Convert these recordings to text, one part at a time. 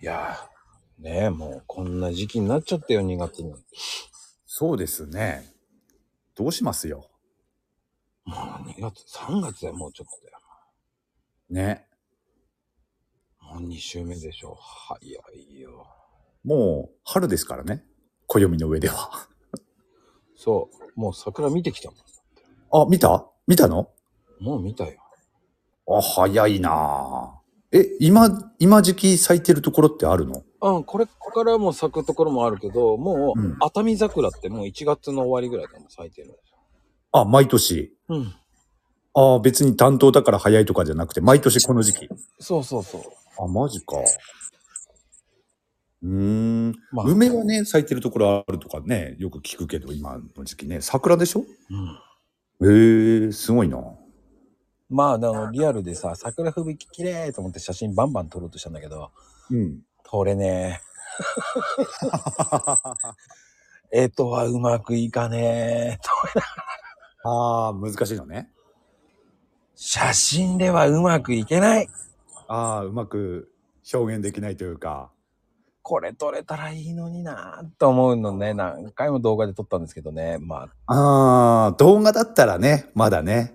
やー、ねえ、もうこんな時期になっちゃったよ、2月に。そうですね。どうしますよ。もう2月、3月だよ、もうちょっとだよ。ね。もう2週目でしょ。早いよ。もう春ですからね。暦の上では。そう、もう桜見てきたもん。あ、見た見たのもう見たよ。あ、早いなぁえ、今、今時期咲いてるところってあるのうん、これからも咲くところもあるけど、もう、うん熱海桜ってもう1月の終わりぐらいからもう咲いてるんですよ。あ、毎年。うん。あ、別に担当だから早いとかじゃなくて、毎年この時期。そうそうそう。あ、マジか。うーん。まあ梅はね、咲いてるところあるとかね、よく聞くけど、今の時期ね。桜でしょうん。へえすごいな。まあ、あの、リアルでさ、桜吹雪綺麗と思って写真バンバン撮ろうとしたんだけど、うん。撮れねえ。えとはうまくいかねえ。とああ、難しいのね。写真ではうまくいけない。ああ、うまく表現できないというか。これ撮れたらいいのになぁと思うのね、何回も動画で撮ったんですけどね。まあ、ああ、動画だったらね、まだね。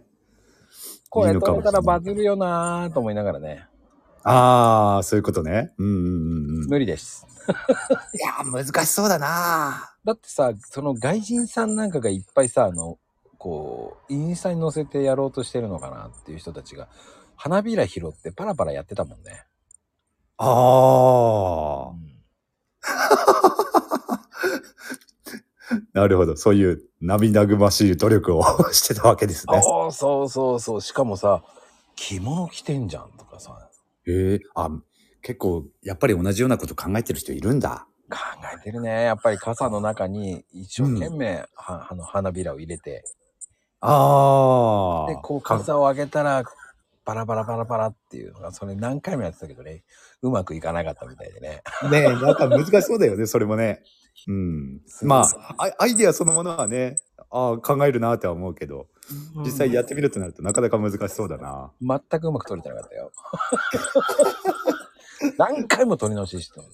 こいいれのか撮もれしれたないらバズるよなぁと思いながらね。ああ、そういうことね。うんうんうんうん。い無理です。やー、難しそうだなだってさ、その外人さんなんかがいっぱいさ、あの、こう、インスタに載せてやろうとしてるのかなっていう人たちが、花びら拾ってパラパラやってたもんね。ああー、なるほど。そういう涙ぐましい努力を してたわけですね。ああ、そうそうそう。しかもさ、着物着てんじゃんとかさ、へえ、あ、結構、やっぱり同じようなこと考えてる人いるんだ。考えてるね。やっぱり傘の中に一生懸命、はあの花びらを入れて、あで、こうか傘を上げたら、バラバラバラバラっていうのが、それ何回もやってたけどね、うまくいかなかったみたいでね。ねえ、なんか難しそうだよね、それもね。うん。まそうあ、アアイデアそのものはね、ああ、考えるなっては思うけど、実際やってみるとなるとなかなか難しそうだな。全くうまく撮れてなかったよ。 何回も撮り直ししてたもん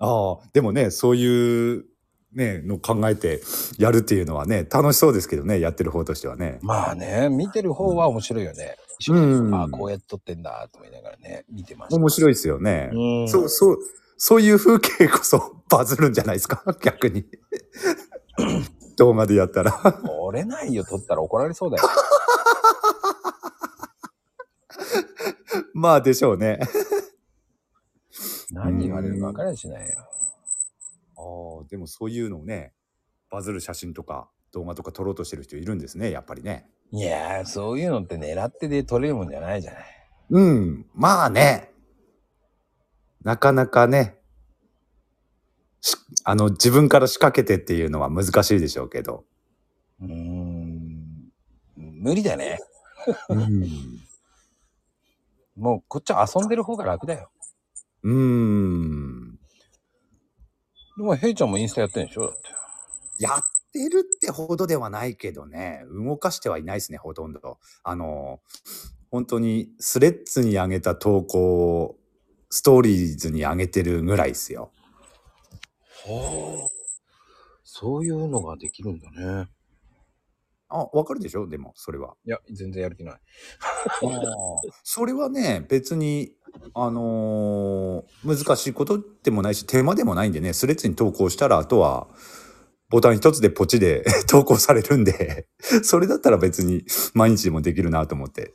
ああ、でもね、そういう、ね、の考えてやるっていうのはね、楽しそうですけどね、やってる方としてはね。まあね、見てる方は面白いよね。うんああ、こうやって撮ってんだと思いながらね、見てました。面白いですよね。うんそう、そう、そういう風景こそ バズるんじゃないですか、逆に。動画でやったら。撮れないよ、撮ったら怒られそうだ よ。まあでしょうね。何言われるか分からんしないよ。ああ、でもそういうのをね、バズる写真とか動画とか撮ろうとしてる人いるんですね、やっぱりね。いやー、そういうのって狙ってで撮れるもんじゃないじゃない。うん、まあね。なかなかね、しあの、自分から仕掛けてっていうのは難しいでしょうけど。うーん、無理だね。うん。もうこっちは遊んでる方が楽だよ。うん。でも、ヘイちゃんもインスタやってんでしょだって。やってるってほどではないけどね、動かしてはいないですね、ほとんど。あの、本当にスレッズに上げた投稿をストーリーズに上げてるぐらいですよ。ほう。そういうのができるんだね。あ、わかるでしょでも、それは。いや、全然やる気ない。それはね、別に、あのー難しいことでもないし、手間でもないんでね、スレッズに投稿したら、あとは、ボタン一つでポチで 投稿されるんで、それだったら別に毎日でもできるなと思って、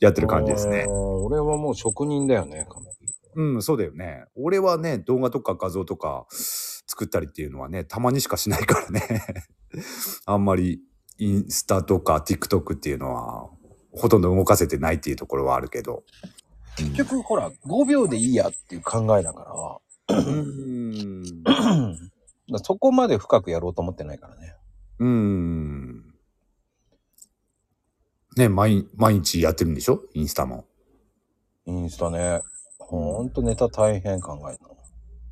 やってる感じですねあー。俺はもう職人だよね、完璧にうん、そうだよね。俺はね、動画とか画像とか作ったりっていうのはね、たまにしかしないからね。 あんまりインスタとか TikTok っていうのは、ほとんど動かせてないっていうところはあるけど。結局、ほら、5秒でいいやっていう考えだかうん。ら、 だからそこまで深くやろうと思ってないからね。うん。ね、毎毎日やってるんでしょインスタも。インスタね。ほんとネタ大変考えたの。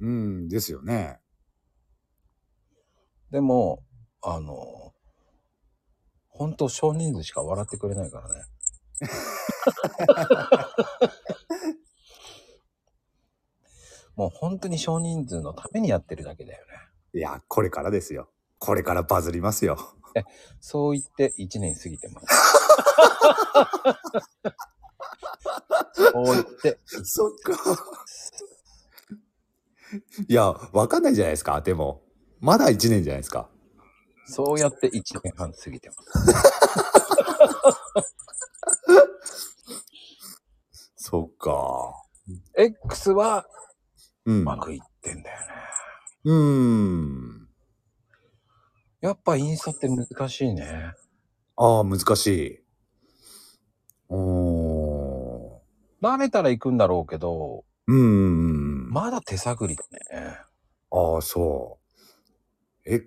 うん、ですよね。でも、あの、ほんと少人数しか笑ってくれないからね。もう本当に少人数のためにやってるだけだよね。いや、これからですよ。これからバズりますよ。 そう言って1年過ぎてます。そう言って、そっか。いや、わかんないじゃないですか。でも、まだ1年じゃないですか。そうやって1年半過ぎてます。そっか。 X はうん。うまうくいってんだよね。ーん。やっぱインスタって難しいね。ああ、難しい。おー。慣れたら行くんだろうけど、うんうんうん。まだ手探りだね。ああ、そう。え、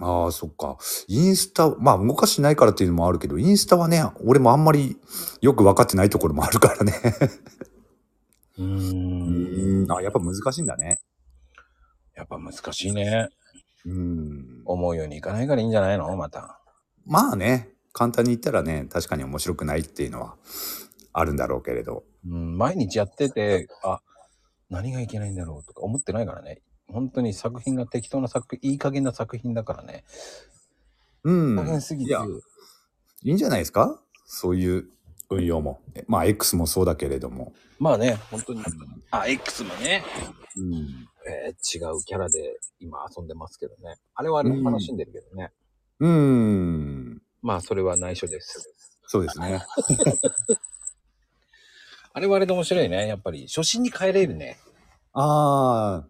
ああ、そっか。インスタ、まあ動かしないからっていうのもあるけど、インスタはね、俺もあんまりよく分かってないところもあるからね。ううーん。ーん、あやっぱ難しいんだね。やっぱ難しいね。うん。思うようにいかないからいいんじゃないのまた。まあね、簡単に言ったらね、確かに面白くないっていうのはあるんだろうけれど。うん、毎日やってて、あ、何がいけないんだろうとか思ってないからね。本当に作品が適当な作品、いい加減な作品だからね。うん。大変すぎいて。や、いいんじゃないですかそういう運用も。えまあ、X もそうだけれども。まあね、本当に。あ、X もね。うん。えー違うキャラで今遊んでますけどね。あれはあれで楽しんでるけどね。うん。まあそれは内緒です。そうですね。あれはあれで面白いね。やっぱり初心に帰れるね。ああ、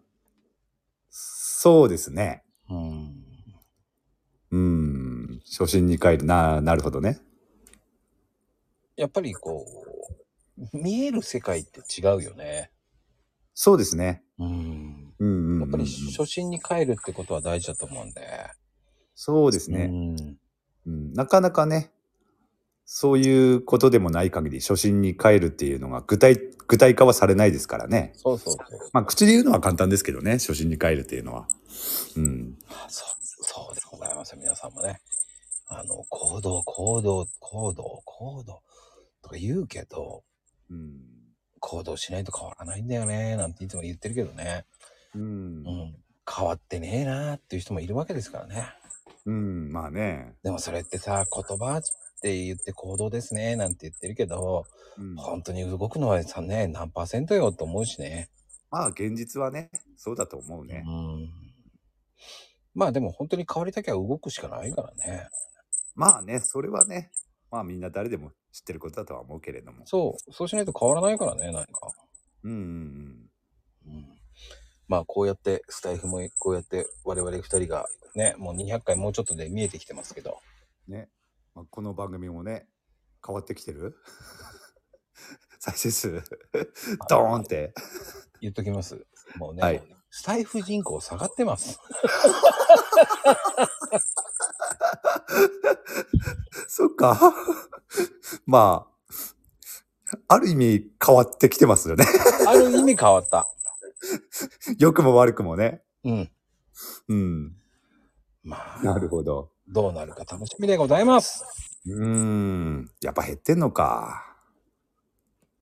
そうですね。うん。うーん。初心に帰る。な、なるほどね。やっぱりこう、見える世界って違うよね。そうですね。うん。うんうん、うん。やっぱり初心に帰るってことは大事だと思うんで。そうですね、うん。うん。なかなかね、そういうことでもない限り、初心に帰るっていうのが具体、具体化はされないですからね。そうそうそう。まあ、口で言うのは簡単ですけどね、初心に帰るっていうのは。うん。そう、そうでございます。皆さんもね。あの、行動、行動、行動、行動とか言うけど、うん。行動しないと変わらないんだよね、なんていつも言ってるけどね。うんう。ん。変わってねえなーっていう人もいるわけですからね。うん。まあね。でもそれってさ、言葉って言って行動ですね、なんて言ってるけど、うん、本当に動くのはさね、何パーセントよと思うしね。まあ、現実はね、そうだと思うね。うん。まあでも本当に変わりたきゃ動くしかないからね。まあね、それはね、まあみんな誰でも知ってることだとは思うけれども。そう、そうしないと変わらないからね、何か。うんうんうん。うんまあこうやってスタイフもこうやって我々2人がねもう200回もうちょっとで見えてきてますけどね、まあ、この番組もね変わってきてる 再生 数ドーンって言っときますもうね、はいスタイフ人口下がってますそっか まあある意味変わってきてますよね ある意味変わった良くも悪くもねうんうんまあなるほどどうなるか楽しみでございますうーんやっぱ減ってんのか